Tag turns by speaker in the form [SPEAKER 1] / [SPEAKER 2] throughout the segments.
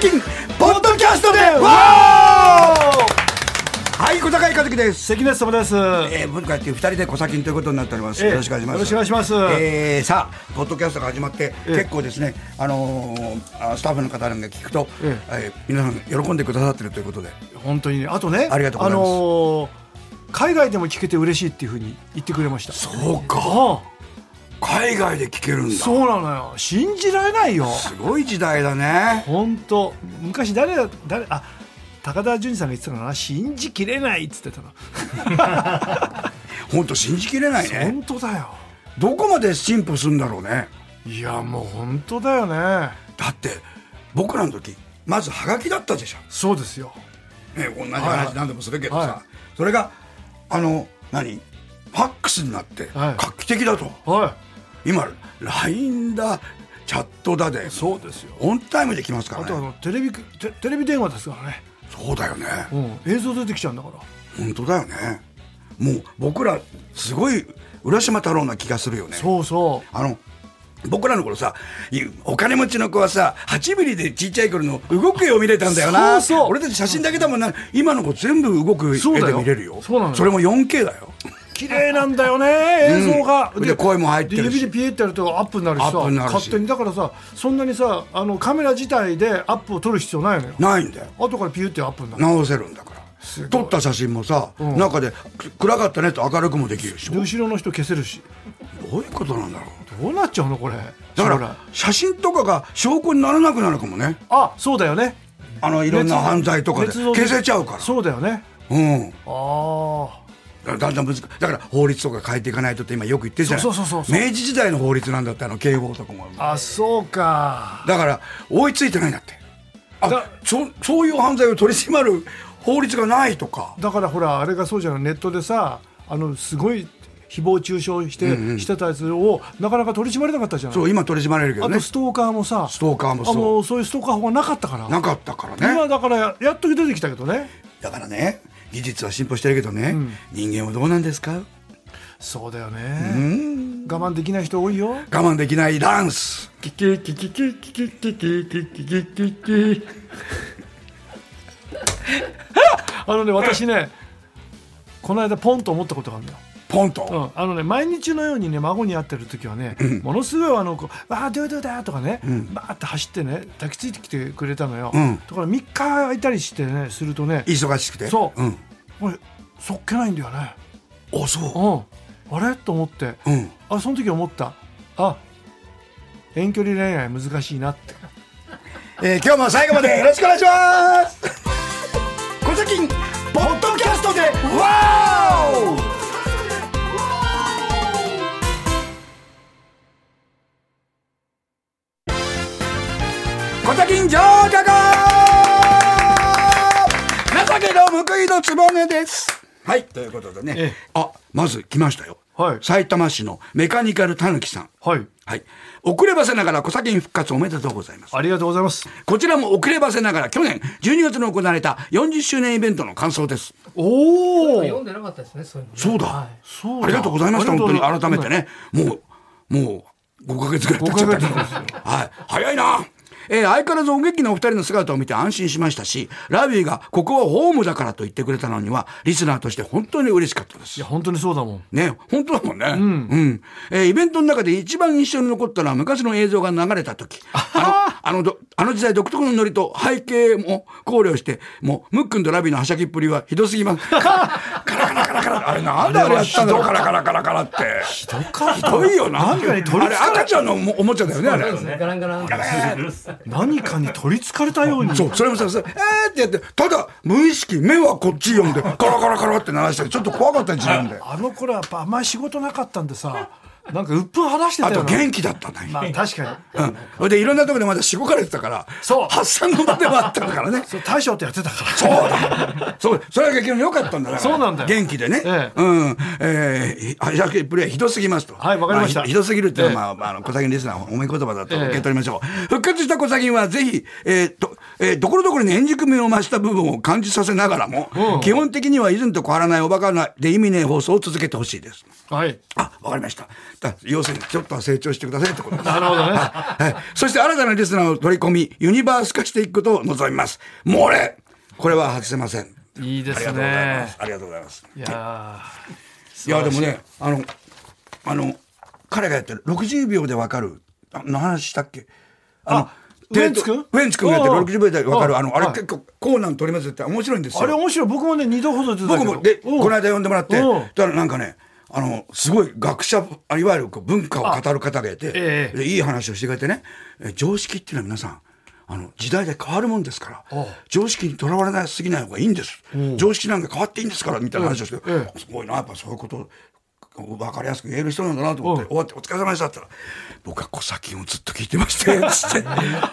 [SPEAKER 1] キンポッドキャストでわーはい小坂井和樹です
[SPEAKER 2] 関根様です。
[SPEAKER 1] えー、文化やっていう二人で小先ということになっております。
[SPEAKER 2] ええ
[SPEAKER 1] よろしくお願いします。
[SPEAKER 2] よろしくお願いします
[SPEAKER 1] えーさあ、ポッドキャストが始まって、
[SPEAKER 2] ええ
[SPEAKER 1] 結構ですね、あのーあスタッフの方なんか聞くと、え
[SPEAKER 2] え
[SPEAKER 1] ー皆さん喜んでくださってるということで、
[SPEAKER 2] 本当にねあとね、
[SPEAKER 1] ありがとうございます
[SPEAKER 2] あのー海外でも聞けて嬉しいっていうふうに言ってくれました。
[SPEAKER 1] そうか、
[SPEAKER 2] あ
[SPEAKER 1] 海外で聞けるん
[SPEAKER 2] あ、
[SPEAKER 1] だ。
[SPEAKER 2] そうなのよ。信じられないよ。
[SPEAKER 1] すごい時代だね。
[SPEAKER 2] 本当。昔誰だ誰あ高田純次さんが言ってたのかな。信じきれないっつってたの。
[SPEAKER 1] 本当信じきれないね。
[SPEAKER 2] 本当だよ。
[SPEAKER 1] どこまで進歩するんだろうね。
[SPEAKER 2] いやもう本当だよね。
[SPEAKER 1] だって僕らの時まずハガキだったでしょ。
[SPEAKER 2] そうですよ。
[SPEAKER 1] ね、同じ
[SPEAKER 2] はい
[SPEAKER 1] 話
[SPEAKER 2] はい
[SPEAKER 1] 何でもするけどさ、
[SPEAKER 2] は
[SPEAKER 1] それがあの何ファックスになって
[SPEAKER 2] はい
[SPEAKER 1] 画期的だと、
[SPEAKER 2] は
[SPEAKER 1] 今 LINE だチャットだで
[SPEAKER 2] い。そうですよ。
[SPEAKER 1] オンタイムできますか
[SPEAKER 2] あと
[SPEAKER 1] ら
[SPEAKER 2] あ
[SPEAKER 1] ね
[SPEAKER 2] のテレビテテレビ電話ですからね。
[SPEAKER 1] そうだよね
[SPEAKER 2] うん。映像出てきちゃうんだから。
[SPEAKER 1] 本当だよねもう僕らすごい浦島太郎な気がするよね
[SPEAKER 2] そうそう。
[SPEAKER 1] あの僕らの頃さいお金持ちの子はさ8ミリでちっちゃい頃の動く絵を見れたんだよな
[SPEAKER 2] そうそう
[SPEAKER 1] 俺たち写真だけだもんな今の子全部動く絵
[SPEAKER 2] そうだ
[SPEAKER 1] で
[SPEAKER 2] よ
[SPEAKER 1] 見れるよ
[SPEAKER 2] そうなのよ
[SPEAKER 1] それも 4K だよ
[SPEAKER 2] 綺麗なんだよね映像が、
[SPEAKER 1] うんで声も入ってるし
[SPEAKER 2] で指でピエってやるとアップになるし
[SPEAKER 1] ア
[SPEAKER 2] さ
[SPEAKER 1] ップになるし
[SPEAKER 2] 勝手にだからさそんなにさあのカメラ自体でアップを撮る必要ないのよ
[SPEAKER 1] ないんだよ
[SPEAKER 2] 後からピュってアップになる
[SPEAKER 1] 直せるんだから
[SPEAKER 2] すごい
[SPEAKER 1] 撮った写真もさ、
[SPEAKER 2] ん
[SPEAKER 1] 中でく暗かったねと明るくもできるでしょ
[SPEAKER 2] で後ろの人消せるし
[SPEAKER 1] どういうことなんだろう
[SPEAKER 2] どうなっちゃうのこれ
[SPEAKER 1] だか
[SPEAKER 2] 将来
[SPEAKER 1] ら写真とかが証拠にならなくなるかもね
[SPEAKER 2] あそうだよね
[SPEAKER 1] あのいろんな犯罪とかで
[SPEAKER 2] 捏造
[SPEAKER 1] 消せちゃうから
[SPEAKER 2] そうだよね
[SPEAKER 1] うん
[SPEAKER 2] あ
[SPEAKER 1] だからだんだん難しいだから法律とか変えていかないとって今よく言ってるじゃない
[SPEAKER 2] そうそうそうそう
[SPEAKER 1] 明治時代の法律なんだってあの警棒とかも
[SPEAKER 2] ああそうか
[SPEAKER 1] だから追いついてないんだってあ
[SPEAKER 2] だ
[SPEAKER 1] そそういう犯罪を取り締まる法律がないとか
[SPEAKER 2] だからほらあれがそうじゃないネットでさあのすごい誹謗中傷して、してたやつをなかなか取り締まれなかったじゃない
[SPEAKER 1] そう今取り締まれるけど
[SPEAKER 2] あ
[SPEAKER 1] ね
[SPEAKER 2] とストーカーもさ、
[SPEAKER 1] ストーカーもそう
[SPEAKER 2] あのそういうストーカー法がなかったから、
[SPEAKER 1] なかったからね
[SPEAKER 2] 今だからややっと出てきたけどね、
[SPEAKER 1] だからね技術は進歩してるけどね、人間はどうなんですか
[SPEAKER 2] そうだよね、我慢できない人多いよ。
[SPEAKER 1] 我慢できないダンス
[SPEAKER 2] キキキキキキキキキキキキキキあのね、私ね、この間、ポンと思ったことがあるんだよ。
[SPEAKER 1] ポンと、
[SPEAKER 2] うん、あのね毎日のようにね孫に会ってる時はね、ものすごいあのこう「わあどうどだ」とかね、バーって走ってね抱きついてきてくれたのよ、
[SPEAKER 1] うん
[SPEAKER 2] だから3日空いたりしてねするとね
[SPEAKER 1] 忙しくて
[SPEAKER 2] そう
[SPEAKER 1] うん、
[SPEAKER 2] 俺そっけないんだよね
[SPEAKER 1] おそ
[SPEAKER 2] うんあれと思って、
[SPEAKER 1] ううん
[SPEAKER 2] あその時思ったあ遠距離恋愛難しいなって
[SPEAKER 1] えー今日も最後までよろしくお願いします小崎ポッドキャストでワーオ小崎上下が情けの報いのつぼねですはいということでね、
[SPEAKER 2] ええ
[SPEAKER 1] あまず来ましたよ、
[SPEAKER 2] はい
[SPEAKER 1] 埼玉市のメカニカルたぬきさん
[SPEAKER 2] はい
[SPEAKER 1] はい遅ればせながら小崎復活おめでとうございます
[SPEAKER 2] ありがとうございます
[SPEAKER 1] こちらも遅ればせながら去年12月に行われた40周年イベントの感想です。
[SPEAKER 2] おお
[SPEAKER 3] 読んでなかったですね、そういうのね。
[SPEAKER 1] そうだ。
[SPEAKER 3] はい
[SPEAKER 2] そう
[SPEAKER 1] ありがとうございました。本当に改めて
[SPEAKER 2] ね
[SPEAKER 1] ね。もう、もう5ヶ月ぐらい経っちゃったけど。
[SPEAKER 2] 5ヶ月で
[SPEAKER 1] はい。早いな。えー相変わらずお元気のお二人の姿を見て安心しましたし、ラビーがここはホームだからと言ってくれたのには、リスナーとして本当に嬉しかったです
[SPEAKER 2] いや。本当にそうだもん
[SPEAKER 1] ね、本当だもんね。うん。えーイベントの中で一番印象に残ったのは昔の映像が流れた時。あの、あのど、あの時代独特のノリと背景も考慮して、もう、ムックンとラビのはしゃぎっぷりはひどすぎ ます。カラカラカラカラ。あれなんだあれやったんだろうカラカラカラカラって。ひどかひどいよな。
[SPEAKER 2] 何かに取り
[SPEAKER 1] あれ赤ちゃんのおもちゃだよね、あ
[SPEAKER 3] そうです
[SPEAKER 1] れ。
[SPEAKER 3] ね、ガランガラン。
[SPEAKER 2] 何かに取りつかれたように
[SPEAKER 1] そう、それもさ、それえーってやって、ただ、無意識、目はこっち読んで、カラカラカラって鳴らして、ちょっと怖かった自分で。
[SPEAKER 2] あの頃はやっぱあんまり仕事なかったんでさ なんか鬱憤晴らしてた
[SPEAKER 1] あ
[SPEAKER 2] よ
[SPEAKER 1] と、
[SPEAKER 2] な
[SPEAKER 1] 元気だったね。
[SPEAKER 2] まあ確かに
[SPEAKER 1] うん、それでいろんなところでまだしごかれてたから
[SPEAKER 2] そう
[SPEAKER 1] 発散の場でもあったからね
[SPEAKER 2] そう大将ってやってたから
[SPEAKER 1] そうだそうそれが逆に良かったんだから
[SPEAKER 2] そうなんだよ
[SPEAKER 1] 元気でね、
[SPEAKER 2] ええ
[SPEAKER 1] うんえー、はしゃぎプレーひどすぎますと
[SPEAKER 2] はいわかりまし
[SPEAKER 1] あ
[SPEAKER 2] た
[SPEAKER 1] ひひどすぎるっていうの
[SPEAKER 2] ええ
[SPEAKER 1] は、まああの小崎リスナーの褒め言葉だと
[SPEAKER 2] ええ
[SPEAKER 1] 受け取りましょう、復活した小崎はぜひ、えーとえーところどころに円熟味を増した部分を感じさせながらも、基本的には以前と変わらないおバカなで意味ねえ放送を続けてほしいです。
[SPEAKER 2] はい。
[SPEAKER 1] あ、わかりました。だ要するに、ちょっとは成長してくださいってことです。
[SPEAKER 2] なるほどね。
[SPEAKER 1] はい。そして新たなリスナーを取り込み、ユニバース化していくことを望みます。もう俺、これは外せません。
[SPEAKER 2] いいで
[SPEAKER 1] ありが
[SPEAKER 2] す
[SPEAKER 1] とうございま
[SPEAKER 2] ね
[SPEAKER 1] す。。ありがとうございます。
[SPEAKER 2] いやー
[SPEAKER 1] いや、でも。ね、あの、あの、彼がやってる、60秒でわかる、あの話したっけあの、
[SPEAKER 2] ウェンツ君
[SPEAKER 1] ウェンツ君がやってる
[SPEAKER 2] おうおう
[SPEAKER 1] 60秒でわかる、あの、あれ
[SPEAKER 2] はい
[SPEAKER 1] 結構、コーナーに取り混ぜて面白いんですよ。
[SPEAKER 2] あれ面白い。僕もね、二度ほど出てたけ
[SPEAKER 1] 僕
[SPEAKER 2] ど
[SPEAKER 1] もでこ
[SPEAKER 2] うん
[SPEAKER 1] の間呼んでもらってだ
[SPEAKER 2] うん
[SPEAKER 1] からなんかねあのすごい学者あいわゆるこう文化を語る方がいて、
[SPEAKER 2] ええ
[SPEAKER 1] でいい話をしてくれてねえ常識っていうのは皆さんあの時代で変わるもんですから
[SPEAKER 2] ああ
[SPEAKER 1] 常識にとらわれなすぎない方がいいんです常識なんか変わっていいんですからみたいな話をして、
[SPEAKER 2] え
[SPEAKER 1] すごいなやっぱそういうことを分かりやすく言える人なんだなと思って、終わって「お疲れ様でした」って言ったら「僕は小崎をずっと聞いてまして」つ って「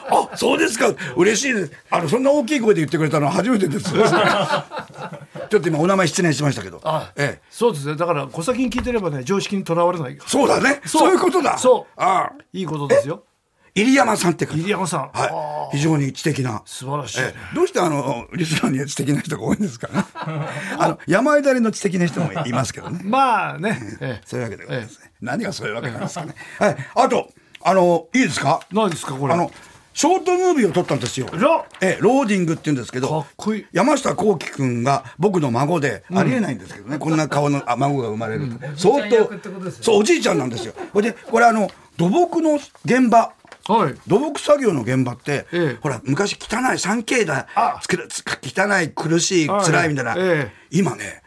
[SPEAKER 1] あそうですか嬉しいですあのそんな大きい声で言ってくれたのは初めてです」ちょっと今お名前失念しましたけど。
[SPEAKER 2] あ
[SPEAKER 1] ええ。
[SPEAKER 2] そうですね。だから、小先に聞いてればね、常識にとらわれない。
[SPEAKER 1] そうだね。
[SPEAKER 2] そ
[SPEAKER 1] そうういうことだ。
[SPEAKER 2] そう
[SPEAKER 1] ああ。
[SPEAKER 2] いいことですよ。
[SPEAKER 1] 入山さんって方。
[SPEAKER 2] 入山さん。
[SPEAKER 1] はい。非常に知的な。
[SPEAKER 2] 素晴らしいね
[SPEAKER 1] ええどうしてあの、リスナーには知的な人が多いん ですかね。あの、山あいだりの知的な人もいますけどね。
[SPEAKER 2] まあね。ええ
[SPEAKER 1] そういうわけでございますね。何がそういうわけなんですかね。はい。あと、あの、いいですか
[SPEAKER 2] 何ですか、これ。
[SPEAKER 1] あの、ショートムービーを撮ったんですよ。
[SPEAKER 2] ら
[SPEAKER 1] ええ、ローディングって言うんですけど、
[SPEAKER 2] かっこいい
[SPEAKER 1] 山下幸輝くんが僕の孫で、ありえないんですけどね、こんな顔のあ孫が生まれると、相当、そう、おじいちゃんなんですよ。ほいで、これあの、土木の現場。
[SPEAKER 2] はい。
[SPEAKER 1] 土木作業の現場って、
[SPEAKER 2] ええ
[SPEAKER 1] ほら昔汚い 3K だつくらつ汚い苦しい
[SPEAKER 2] はい
[SPEAKER 1] 辛いみたいな、
[SPEAKER 2] ええ
[SPEAKER 1] 今ね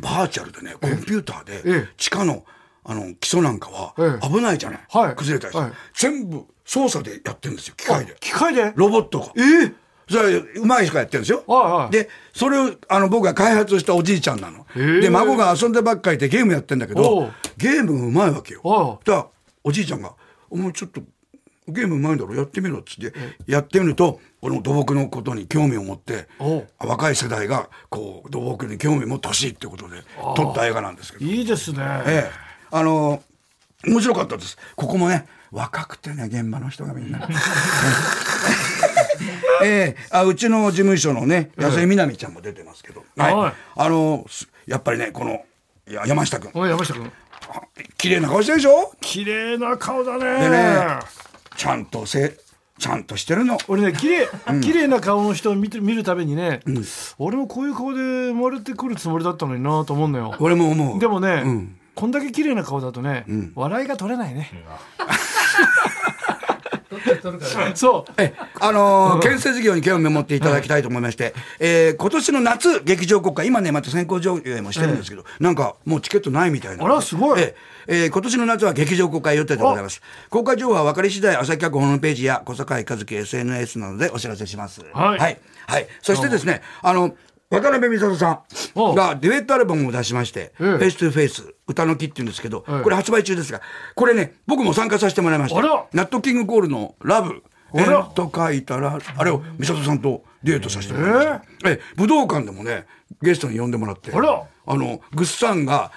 [SPEAKER 1] バーチャルでねコンピューターで、
[SPEAKER 2] ええ
[SPEAKER 1] 地下のあの基礎なんか
[SPEAKER 2] え
[SPEAKER 1] は
[SPEAKER 2] え
[SPEAKER 1] 危ないじゃない、
[SPEAKER 2] はい
[SPEAKER 1] 崩れたりして、
[SPEAKER 2] はい
[SPEAKER 1] 全部操作でやってるんですよ機械で
[SPEAKER 2] 機械で
[SPEAKER 1] ロボットが。
[SPEAKER 2] ええ
[SPEAKER 1] それうまい人がやってるんですよ、
[SPEAKER 2] はいはい
[SPEAKER 1] でそれをあの僕が開発したおじいちゃんなの、
[SPEAKER 2] へえ
[SPEAKER 1] で孫が遊んでばっかりでゲームやってんだけ
[SPEAKER 2] お
[SPEAKER 1] ど
[SPEAKER 2] う
[SPEAKER 1] ゲームがうまいわけよ
[SPEAKER 2] おう
[SPEAKER 1] だからおじいちゃんが「お前ちょっとゲームうまいんだろやってみろ」っつってやってみるとこの土木のことに興味を持って
[SPEAKER 2] おう
[SPEAKER 1] 若い世代がこう土木に興味を持ってほしいってことで撮った映画なんですけど、
[SPEAKER 2] いいですね。
[SPEAKER 1] ええ、あの面白かったですここもね若くてね現場の人がみんな。 ええあうちの事務所のね安井みなみちゃんも出てますけど、はい
[SPEAKER 2] はい
[SPEAKER 1] あのすやっぱりねこのや山下君
[SPEAKER 2] おい、山下君。
[SPEAKER 1] あ綺麗な顔してるでしょ
[SPEAKER 2] 綺麗な顔
[SPEAKER 1] で
[SPEAKER 2] だ
[SPEAKER 1] ね
[SPEAKER 2] ね。
[SPEAKER 1] ちゃんとせちゃんとしてるの
[SPEAKER 2] 俺ね、綺麗、綺麗な顔の人を見て、見るたびにね。俺もこういう顔で生まれてくるつもりだったのになと思うのよ。
[SPEAKER 1] 俺も思う
[SPEAKER 2] でもね、
[SPEAKER 1] うん
[SPEAKER 2] こんだけ綺麗な顔だとね、笑いが取れないね。 そう。
[SPEAKER 1] えあのー建設事業に興味を持っていただきたいと思いまして、えー今年の夏劇場国家今ねまた先行上映もしてるんですけど、なんかもうチケットないみたいな
[SPEAKER 2] あらすごい
[SPEAKER 1] えええー今年の夏は劇場公開予定でございます公開情報は分かり次第朝日脚本ホームページや小坂井和樹 SNS などでお知らせします
[SPEAKER 2] はい
[SPEAKER 1] はい、はいそしてですねあの渡辺美里さ
[SPEAKER 2] お
[SPEAKER 1] んがデュエットアルバムを出しまして「
[SPEAKER 2] ええ
[SPEAKER 1] フェイストゥフェイス歌の木」っていうんですけど、
[SPEAKER 2] ええ
[SPEAKER 1] これ発売中ですがこれね僕も参加させてもらいました
[SPEAKER 2] あら
[SPEAKER 1] ナットキングコールの「ラブ」え
[SPEAKER 2] あら
[SPEAKER 1] ーっと書いたらあれを美里さんとデートさせてもらいました、ええ武道館でもねゲストに呼んでもらって
[SPEAKER 2] あら
[SPEAKER 1] のグッサンが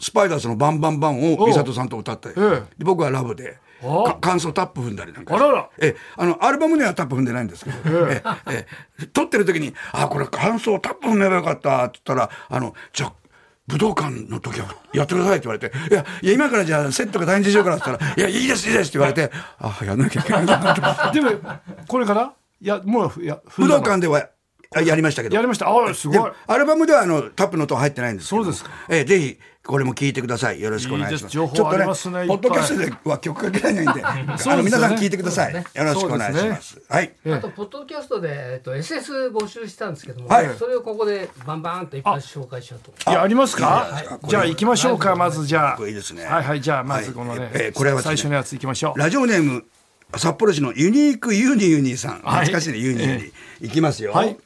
[SPEAKER 1] スパイダースの「バンバンバン」を
[SPEAKER 2] お
[SPEAKER 1] 美里さんと歌ったり、
[SPEAKER 2] ええ
[SPEAKER 1] で僕は「ラブで」
[SPEAKER 2] あ
[SPEAKER 1] か感想タップ踏んだりなんか
[SPEAKER 2] あらら
[SPEAKER 1] ええあのアルバムにはタップ踏んでないんですけど、ええええ撮ってる時に「あこれ感想タップ踏めばよかった」って言ったら「あのじゃあ武道館の時はやってください」って言われて「いやいや今からじゃあセットが大変でしょうから」って言ったら「いやいいですいいです」って言われて「あやんなきゃい けないなと思って」
[SPEAKER 2] でも、これから。いや、もう、いや、
[SPEAKER 1] 武道
[SPEAKER 2] 普段
[SPEAKER 1] 館ではあやりましたけど
[SPEAKER 2] やりました。あ、すごい
[SPEAKER 1] で。もアルバムではあのタップの音は入ってないんですけど
[SPEAKER 2] そうですか
[SPEAKER 1] ええぜひこれも聞いてくださいよろしくお願いし
[SPEAKER 2] いい
[SPEAKER 1] ま
[SPEAKER 2] ですす情報ありますね
[SPEAKER 1] ちょっと
[SPEAKER 2] いっぱ
[SPEAKER 1] ね
[SPEAKER 2] い
[SPEAKER 1] ポッドキャストでは曲かけら れないんで
[SPEAKER 2] すよね
[SPEAKER 1] あの皆さん聞いてください、
[SPEAKER 3] そうで
[SPEAKER 1] よろしくお願いしますはい
[SPEAKER 2] え
[SPEAKER 3] あとポッドキャストで、えっと、SS 募集したんですけども、
[SPEAKER 1] はい
[SPEAKER 3] それをここでバンバーンと一発紹介しようと思います
[SPEAKER 2] いやありますか
[SPEAKER 1] いいじゃないですかこれ
[SPEAKER 2] じゃあ行きましょうかまずじゃ
[SPEAKER 1] こ
[SPEAKER 2] あ
[SPEAKER 1] れいいですね
[SPEAKER 2] はいはいじゃあまずこのね、
[SPEAKER 1] はいえーこれはですね
[SPEAKER 2] 最初のやつ行きましょう
[SPEAKER 1] ラジオネーム札幌市のユニークユニユニさん
[SPEAKER 2] はい
[SPEAKER 1] 懐かしいね、ユニユニ、
[SPEAKER 2] え
[SPEAKER 1] いきますよ
[SPEAKER 2] はい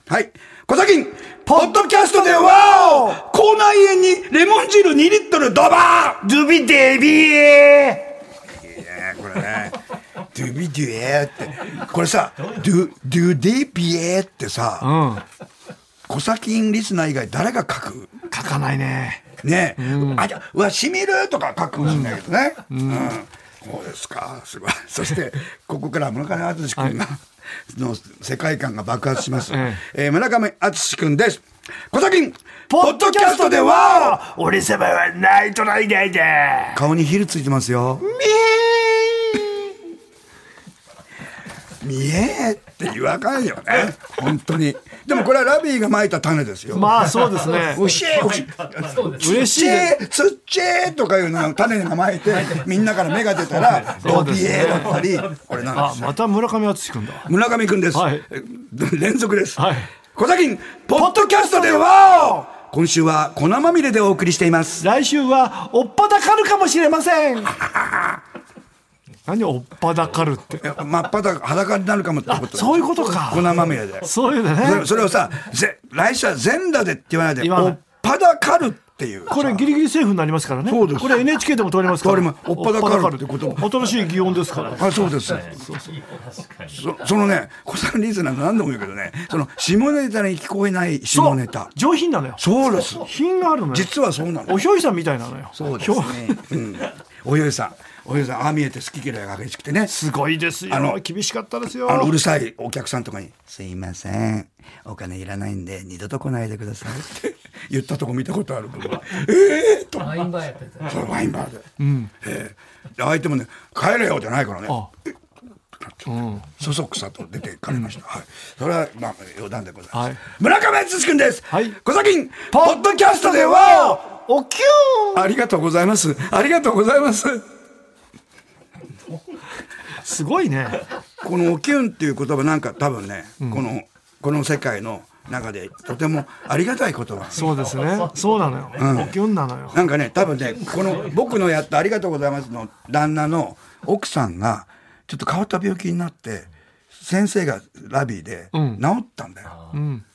[SPEAKER 1] 小崎ポッドキャストでわお口内炎にレモン汁2リットルドバー
[SPEAKER 2] ドゥビデビエ
[SPEAKER 1] えーこれね「ドゥビドゥエ」ってこれさ「ドゥドゥディビエ」ってさ、
[SPEAKER 2] うん
[SPEAKER 1] コサキンリスナー以外誰が書く
[SPEAKER 2] 書かないね
[SPEAKER 1] ねえ、あじゃあうわしみるとか書くかもしれないけ どねうん、そうですかすごいそしてここからは村上淳君が、の世界観が爆発します。
[SPEAKER 2] え
[SPEAKER 1] えー村上敦君です。小崎ポ
[SPEAKER 2] ポ
[SPEAKER 1] ッ
[SPEAKER 2] ッ
[SPEAKER 1] ド
[SPEAKER 2] ド
[SPEAKER 1] キ
[SPEAKER 2] キ
[SPEAKER 1] ャ
[SPEAKER 2] ャ
[SPEAKER 1] ス
[SPEAKER 2] ス
[SPEAKER 1] ト
[SPEAKER 2] ト
[SPEAKER 1] で
[SPEAKER 2] で
[SPEAKER 1] は
[SPEAKER 2] 俺様はナイトライダーだ
[SPEAKER 1] 顔にヒルついてますよ。見えーって言わかんよね。本当に。でもこれはラビーがまいた種ですよ。
[SPEAKER 2] まあ そうですね
[SPEAKER 1] おしえ、おしえ。
[SPEAKER 3] そうです。
[SPEAKER 2] 嬉しいです
[SPEAKER 1] つっちえとかいうのを種にまいて、みんなから芽が出たら、ロ
[SPEAKER 2] そう
[SPEAKER 1] ビ
[SPEAKER 2] ですね
[SPEAKER 1] エだったり、これなん
[SPEAKER 2] あ
[SPEAKER 1] ですよ。
[SPEAKER 2] また村上敦君だ
[SPEAKER 1] 村上くんです。
[SPEAKER 2] はい
[SPEAKER 1] え連続です。
[SPEAKER 2] はい
[SPEAKER 1] 小崎ポッドキャストでは、今週は粉まみれでお送りしています。
[SPEAKER 2] 来週はおっぱだかるかもしれません 何おっぱだかるって
[SPEAKER 1] いや真っ裸裸になるかもってこと。
[SPEAKER 2] そういうことか
[SPEAKER 1] 粉まみれで。
[SPEAKER 2] そういうの
[SPEAKER 1] そ
[SPEAKER 2] ね
[SPEAKER 1] れそれをさ、ぜ来週は全裸でって言わないで、
[SPEAKER 2] 言わな
[SPEAKER 1] お
[SPEAKER 2] い
[SPEAKER 1] っぱだかるっていう。
[SPEAKER 2] これギリギリセーフになりますからね
[SPEAKER 1] そうです
[SPEAKER 2] これ NHK でも通りますから
[SPEAKER 1] 通りますおっぱだかるってこと
[SPEAKER 2] 新しい擬音ですから
[SPEAKER 1] あそうですそそのね小さんリーズなんて何度も言うけどねその下ネタに聞こえない下ネタ
[SPEAKER 2] 上品なのよ
[SPEAKER 1] そうです
[SPEAKER 2] 品があるのよ
[SPEAKER 1] 実はそうなの
[SPEAKER 2] おひょいさんみたいなのよ
[SPEAKER 1] そうですね、うん、およいさんおよいさんああ見えて好き嫌いが激しくてね
[SPEAKER 2] すごいですよ
[SPEAKER 1] あの
[SPEAKER 2] 厳しかったですよ
[SPEAKER 1] あのうるさいお客さんとかに「すいませんお金いらないんで二度と来ないでください」って言ったとこ見たことある僕はええー、と
[SPEAKER 3] ワインバーやってた。
[SPEAKER 1] それワインバーで、ええで相手もね「帰れよ」じゃないからね
[SPEAKER 2] あ
[SPEAKER 1] そそくさと出ていかれました。はい。それは、まあ、余談でございます。
[SPEAKER 2] はい
[SPEAKER 1] 村上敦君です。
[SPEAKER 2] はい
[SPEAKER 1] 小崎、ポッドキャストでは、
[SPEAKER 2] おきゅー
[SPEAKER 1] ありがとうございます。ありがとうございます。
[SPEAKER 2] すごいね
[SPEAKER 1] このおきゅんっていう言葉なんか多分ね、この、この世界の中でとてもありがたい言葉。
[SPEAKER 2] そうですねそうなのよ、おきゅんなのよ
[SPEAKER 1] なんかね、多分ね、この僕のやったありがとうございますの旦那の奥さんが、ちょっと変わった病気になって、先生がラビーで治
[SPEAKER 2] ん
[SPEAKER 1] ったんだよ。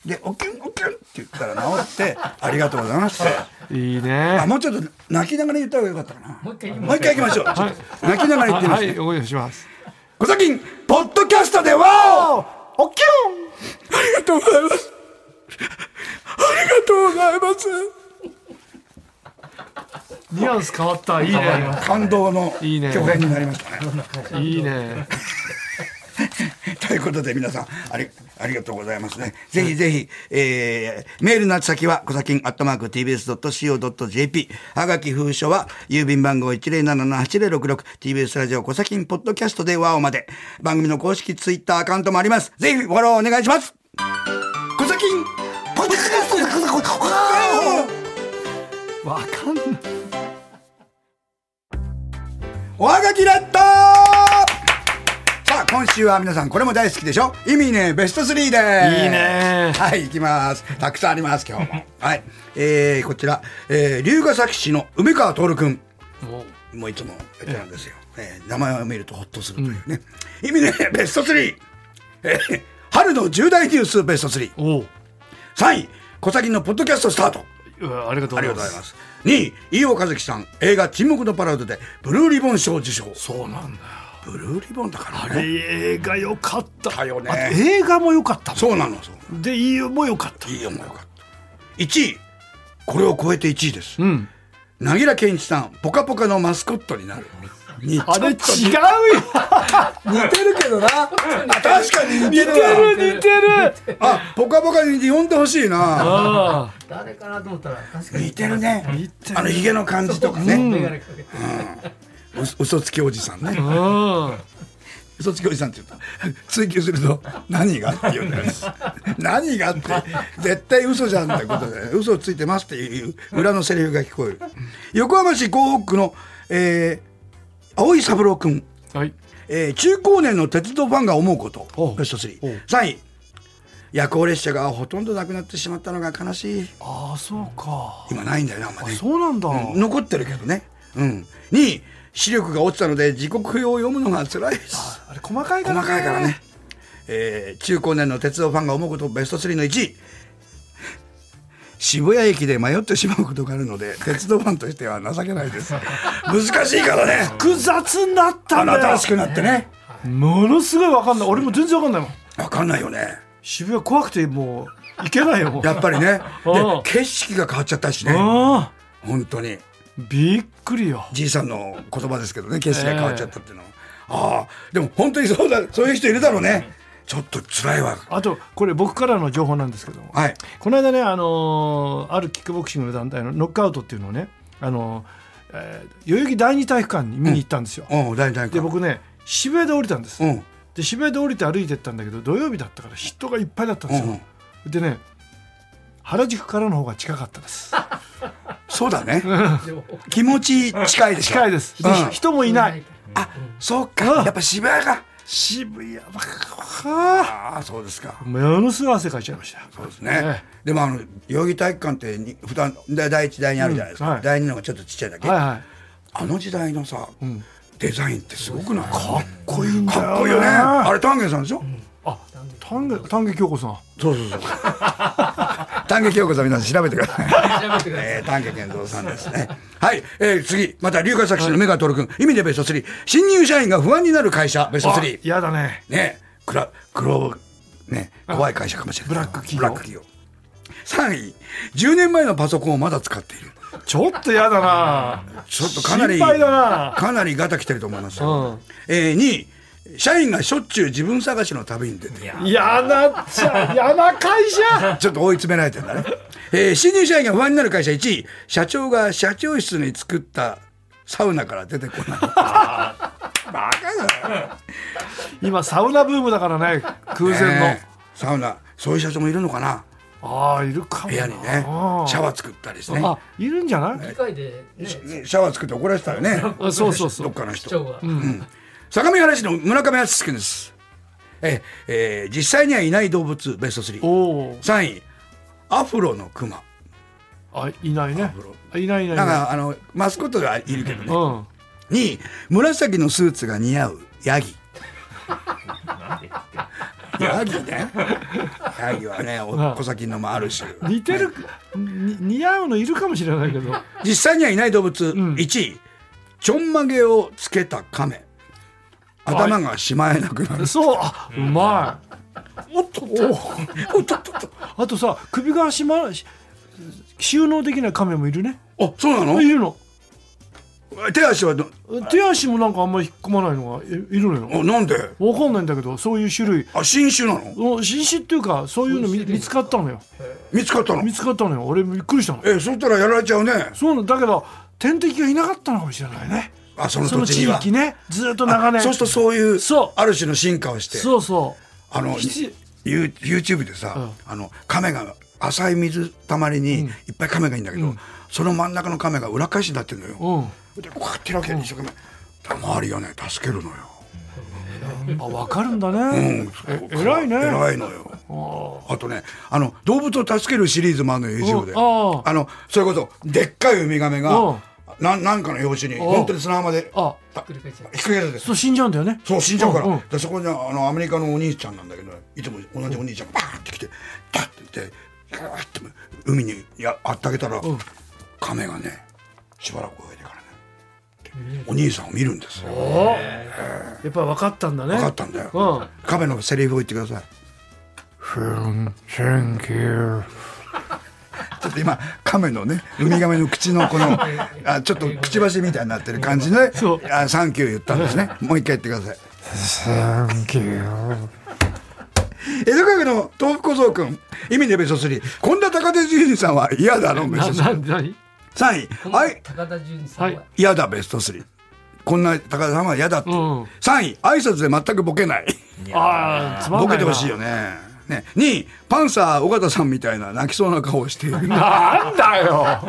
[SPEAKER 1] で、おきゅんおきゅんって言ったら治って、ありがとうございますって。
[SPEAKER 2] いい
[SPEAKER 1] あ、
[SPEAKER 2] ね
[SPEAKER 1] もうちょっと泣きながら言った方がよかったかな。も
[SPEAKER 3] もう一回言います
[SPEAKER 1] う一回行きましょう。
[SPEAKER 2] はい
[SPEAKER 1] 泣きながら言ってみま
[SPEAKER 2] は
[SPEAKER 1] す
[SPEAKER 2] い、お願いします
[SPEAKER 1] 小崎、ポッドキャストでは、
[SPEAKER 2] おきゅ
[SPEAKER 1] ありがとうございます。ありがとうございます。
[SPEAKER 2] んニュアンス変わったいいね
[SPEAKER 1] 感動の共
[SPEAKER 2] いいね
[SPEAKER 1] 演になりましたね。
[SPEAKER 2] いいね
[SPEAKER 1] ということで皆さんありありがとうございますね。ぜひぜひ、えー、メールの宛先は、こさきん、アットマーク、tbs.co.jp。はがき封書は、郵便番号 107-8066TBS ラジオ、こさきん、ポッドキャストでワオまで。番組の公式ツイッターアカウントもあります。ぜひ、フォローお願いします。こさきん、ポッドキャストでワオ
[SPEAKER 2] わかんない
[SPEAKER 1] おはがきレッドさあ今週は皆さんこれも大好きでしょ意味ねベスト3ですいい
[SPEAKER 2] ね
[SPEAKER 1] はい行きますたくさんあります今日もはい、えー、こちら、えー、龍ヶ崎市の梅川徹君もういつもベテランですよ、えー名前を見るとほっとするというね、意味ねベスト3、えー、春の重大ニュースベスト33
[SPEAKER 2] おう
[SPEAKER 1] 位小崎のポッドキャストスタート
[SPEAKER 2] うんありがとう
[SPEAKER 1] あ
[SPEAKER 2] ご
[SPEAKER 1] り
[SPEAKER 2] ざ
[SPEAKER 1] がとうご
[SPEAKER 2] います
[SPEAKER 1] ざいます2位飯尾和樹さん映画「沈黙のパラード」でブルーリボン賞を受賞
[SPEAKER 2] そうなんだよ
[SPEAKER 1] ブルーリボンだからね
[SPEAKER 2] 映画良かった
[SPEAKER 1] だよね
[SPEAKER 2] あと映画も良かったもん
[SPEAKER 1] そうなのそう
[SPEAKER 2] でいいよも良かった
[SPEAKER 1] いいよもうよかった1位これを超えて1位です
[SPEAKER 2] うん
[SPEAKER 1] なぎら健一さん「ぽかぽかのマスコットになる」に
[SPEAKER 2] あれ違うよ
[SPEAKER 1] 似てるけどなあ確かに似て
[SPEAKER 2] 似
[SPEAKER 1] る
[SPEAKER 2] て
[SPEAKER 1] わ
[SPEAKER 2] る似てる
[SPEAKER 1] あぽかぽかに呼んでほしいな
[SPEAKER 2] あ
[SPEAKER 3] 誰かなと思ったら、確かに。
[SPEAKER 1] 似てるね
[SPEAKER 2] 似てる
[SPEAKER 1] あのひげの感じとかね
[SPEAKER 3] メガネかけて。
[SPEAKER 1] う嘘つきおじさんね
[SPEAKER 2] あうん
[SPEAKER 1] 嘘つきおじさんって言うと追求すると何がって言うんだよね何がって絶対嘘じゃんってことで嘘をついてますっていう裏のセリフが聞こえる横浜市港北区の、えー、青井三郎君、
[SPEAKER 2] はい
[SPEAKER 1] えー中高年の鉄道ファンが思うこと
[SPEAKER 2] おう
[SPEAKER 1] ベスト3
[SPEAKER 2] おう
[SPEAKER 1] 3位夜行列車がほとんどなくなってしまったのが悲しい
[SPEAKER 2] ああそうか
[SPEAKER 1] 今ないんだよなあんま
[SPEAKER 2] あ
[SPEAKER 1] ね
[SPEAKER 2] そうなんだ
[SPEAKER 1] うん残ってるけどねうん2位視力が落ちたので時刻表を読むのが辛いです
[SPEAKER 2] あれ細かいからね
[SPEAKER 1] 細かいからね、えー中高年の鉄道ファンが思うことベスト3の1位渋谷駅で迷ってしまうことがあるので鉄道ファンとしては情けないです難しいからね
[SPEAKER 2] 複雑になったんだよ
[SPEAKER 1] 新しくなってね
[SPEAKER 2] ものすごい分かんない俺も全然分かんないもん
[SPEAKER 1] 分かんないよね
[SPEAKER 2] 渋谷怖くてもう行けないよもう
[SPEAKER 1] やっぱりね
[SPEAKER 2] う
[SPEAKER 1] で
[SPEAKER 2] ん
[SPEAKER 1] 景色が変わっちゃったしね
[SPEAKER 2] あ
[SPEAKER 1] 本当に
[SPEAKER 2] あびっくりよ
[SPEAKER 1] じいさんの言葉ですけどね景色が変わっちゃったっていうのは、ああでも本当にそうだそういう人いるだろうねちょっと辛いわ。
[SPEAKER 2] あとこれ僕からの情報なんですけども、
[SPEAKER 1] はい。
[SPEAKER 2] この間ね、あのーあるキックボクシングの団体のノックアウトっていうのをね、あのーえー代々木第二体育館に見に行ったんですよ、
[SPEAKER 1] おう大体か。
[SPEAKER 2] で僕ね渋谷で降りたんです、
[SPEAKER 1] うん。
[SPEAKER 2] で渋谷で降りて歩いてったんだけど土曜日だったから人がいっぱいだったんですよ、でね原宿からの方が近かったです
[SPEAKER 1] そうだね。
[SPEAKER 3] でも
[SPEAKER 1] 気持ち近いでしょ。
[SPEAKER 2] 近いです、で
[SPEAKER 1] うん
[SPEAKER 2] 人もいない、
[SPEAKER 1] あ、そうか。やっぱ渋谷が。
[SPEAKER 2] 渋谷はは
[SPEAKER 1] ああ、そうですか
[SPEAKER 2] あ。ものすごい汗かいちゃいました
[SPEAKER 1] そうですね。でもあの代々木体育館ってに普段だ第一第二あるじゃないです
[SPEAKER 2] うん
[SPEAKER 1] か
[SPEAKER 2] は。い
[SPEAKER 1] 第二のがちょっとちっちゃいだけ。
[SPEAKER 2] はいはい
[SPEAKER 1] あの時代のさ、デザインってすごくない。かっ
[SPEAKER 2] こいいんだよ
[SPEAKER 1] こいいよね。あれ丹下さんでしょ。
[SPEAKER 2] あ丹下丹下京子さん
[SPEAKER 1] そうそうそう。丹下京子さん皆さん調べてください。
[SPEAKER 3] 調べてください
[SPEAKER 1] えー、丹下健三さんですね。はい、えー、次、また、龍華作詞のメガトル君、意味でベスト3。新入社員が不安になる会社、ベスト
[SPEAKER 2] あ
[SPEAKER 1] 3。
[SPEAKER 2] やだね
[SPEAKER 1] ね、くら、黒、ね、怖い会社かもしれない。
[SPEAKER 2] ブラック企業
[SPEAKER 1] ブラック企業。3位、10年前のパソコンをまだ使っている。
[SPEAKER 2] ちょっとやだな
[SPEAKER 1] ちょっとかなり、
[SPEAKER 2] 心配だな
[SPEAKER 1] かなりガタ来てると思いますよ。
[SPEAKER 2] う
[SPEAKER 1] えー、2位、社員がしょっちゅう自分探しの旅に出ている。
[SPEAKER 2] やなっちゃやな会社
[SPEAKER 1] ちょっと追い詰められてんだね。えー新入社員が不安になる会社1位、社長が社長室に作ったサウナから出てこ ない。バカだよ。
[SPEAKER 2] 今サウナブームだからね空前の、
[SPEAKER 1] ねえサウナ、そういう社長もいるのかな
[SPEAKER 2] ああいるかもな
[SPEAKER 1] 部屋にね、シャワー作ったりですね。
[SPEAKER 2] あいるんじゃない
[SPEAKER 3] 機械でね
[SPEAKER 1] ねシャワー作って怒られてたよね。
[SPEAKER 2] あそうそうそ
[SPEAKER 1] どっ
[SPEAKER 2] う
[SPEAKER 1] かの
[SPEAKER 3] 市
[SPEAKER 1] 人
[SPEAKER 3] 長。が
[SPEAKER 1] 相模原市の村上敦君です。えーえー実際にはいない動物ベスト
[SPEAKER 2] お
[SPEAKER 1] 3。
[SPEAKER 2] お
[SPEAKER 1] 3位、アフロのクマ。
[SPEAKER 2] あいないねあいないいない
[SPEAKER 1] な
[SPEAKER 2] い
[SPEAKER 1] ん
[SPEAKER 2] な
[SPEAKER 1] か、あの、マスコットがいるけどね
[SPEAKER 2] い。うん
[SPEAKER 1] 2位紫のスーツが似合うヤ ギヤギねヤギはねお小先のもあるし
[SPEAKER 2] 似てるに似合うのいるかもしれないけど
[SPEAKER 1] 実際にはいない動物、1位ちょんまげをつけたカメ頭がしまえなくなる
[SPEAKER 2] そうあうまい
[SPEAKER 1] おっとっとおっとっとっと
[SPEAKER 2] あとさ首がしまし収納できないカメもいるね
[SPEAKER 1] あそうないの
[SPEAKER 2] るの
[SPEAKER 1] 手足はど
[SPEAKER 2] 手足もなんかあんまり引っ込まないのがいいるのよ
[SPEAKER 1] おなんで
[SPEAKER 2] わかんないんだけどそういう種類
[SPEAKER 1] あ新種なの
[SPEAKER 2] うん新種っていうかそういうの見見つかったのよ
[SPEAKER 1] 見つかったの
[SPEAKER 2] 見つかったのよ俺びっくりしたの
[SPEAKER 1] えそしたらやられちゃうね
[SPEAKER 2] そうなんだけど天敵がいなかったのかもしれないね
[SPEAKER 1] あその
[SPEAKER 2] その
[SPEAKER 1] 土地
[SPEAKER 2] 地
[SPEAKER 1] には
[SPEAKER 2] 域ねずっと長年
[SPEAKER 1] そうするとそういう
[SPEAKER 2] そう
[SPEAKER 1] ある種の進化をして
[SPEAKER 2] そうそう
[SPEAKER 1] あの、
[SPEAKER 2] 必
[SPEAKER 1] You- YouTube でさ、あの、亀が、浅い水たまりにいっぱい亀がいいんだけど、その真ん中の亀が裏返しになってるのよ。
[SPEAKER 2] うん
[SPEAKER 1] で、こうやってるわけ、一生懸命。周りがね、助けるのよ。
[SPEAKER 2] あ分かるんだ
[SPEAKER 1] うん
[SPEAKER 2] ね、え偉いね
[SPEAKER 1] 偉いのよ。あとね、あの、動物を助けるシリーズもあるのよ、YouTube で。
[SPEAKER 2] うんああ
[SPEAKER 1] あの、それこそ、でっかいウミガメ
[SPEAKER 2] う
[SPEAKER 1] が
[SPEAKER 2] ん、
[SPEAKER 1] なん、なんかの拍子に、
[SPEAKER 2] ん
[SPEAKER 1] 本当に砂浜で、
[SPEAKER 2] あ
[SPEAKER 1] た
[SPEAKER 3] 繰り返しちゃう
[SPEAKER 1] ひっくり返るんです
[SPEAKER 2] そう死んじゃうんだよね
[SPEAKER 1] そう死んじゃうから、
[SPEAKER 2] うんうん
[SPEAKER 1] でそこにあのアメリカのお兄ちゃんなんだけどいつも同じお兄ちゃんがバーンって来てバッて来てガーッて海にやあってあげたら、亀がねしばらく泳いでからねお兄さんを見るんですよ
[SPEAKER 2] おやっぱり分かったんだね
[SPEAKER 1] 分かったんだよ、
[SPEAKER 2] うん
[SPEAKER 1] 亀のセリフを言ってください Thank you ちょっと今亀のねウミガメの口のこのあちょっとくちばしみたいになってる感じで
[SPEAKER 2] そう
[SPEAKER 1] 「あサンキュー」言ったんですねもう一回言ってください江戸川区の豆腐小僧君意味でベスト3本田高手純次さんは嫌だのベスト
[SPEAKER 2] なな何
[SPEAKER 1] 3位はい
[SPEAKER 3] 高田純次さんは
[SPEAKER 2] はい
[SPEAKER 1] 嫌だベスト3こんな高田さんは嫌だって、
[SPEAKER 2] うん
[SPEAKER 1] 3位挨拶で全くボケない
[SPEAKER 2] ああつまんない
[SPEAKER 1] ボ
[SPEAKER 2] な
[SPEAKER 1] ケてほしいよねね2位パンサー尾形さんみたいな泣きそうな顔を している
[SPEAKER 2] なんだよ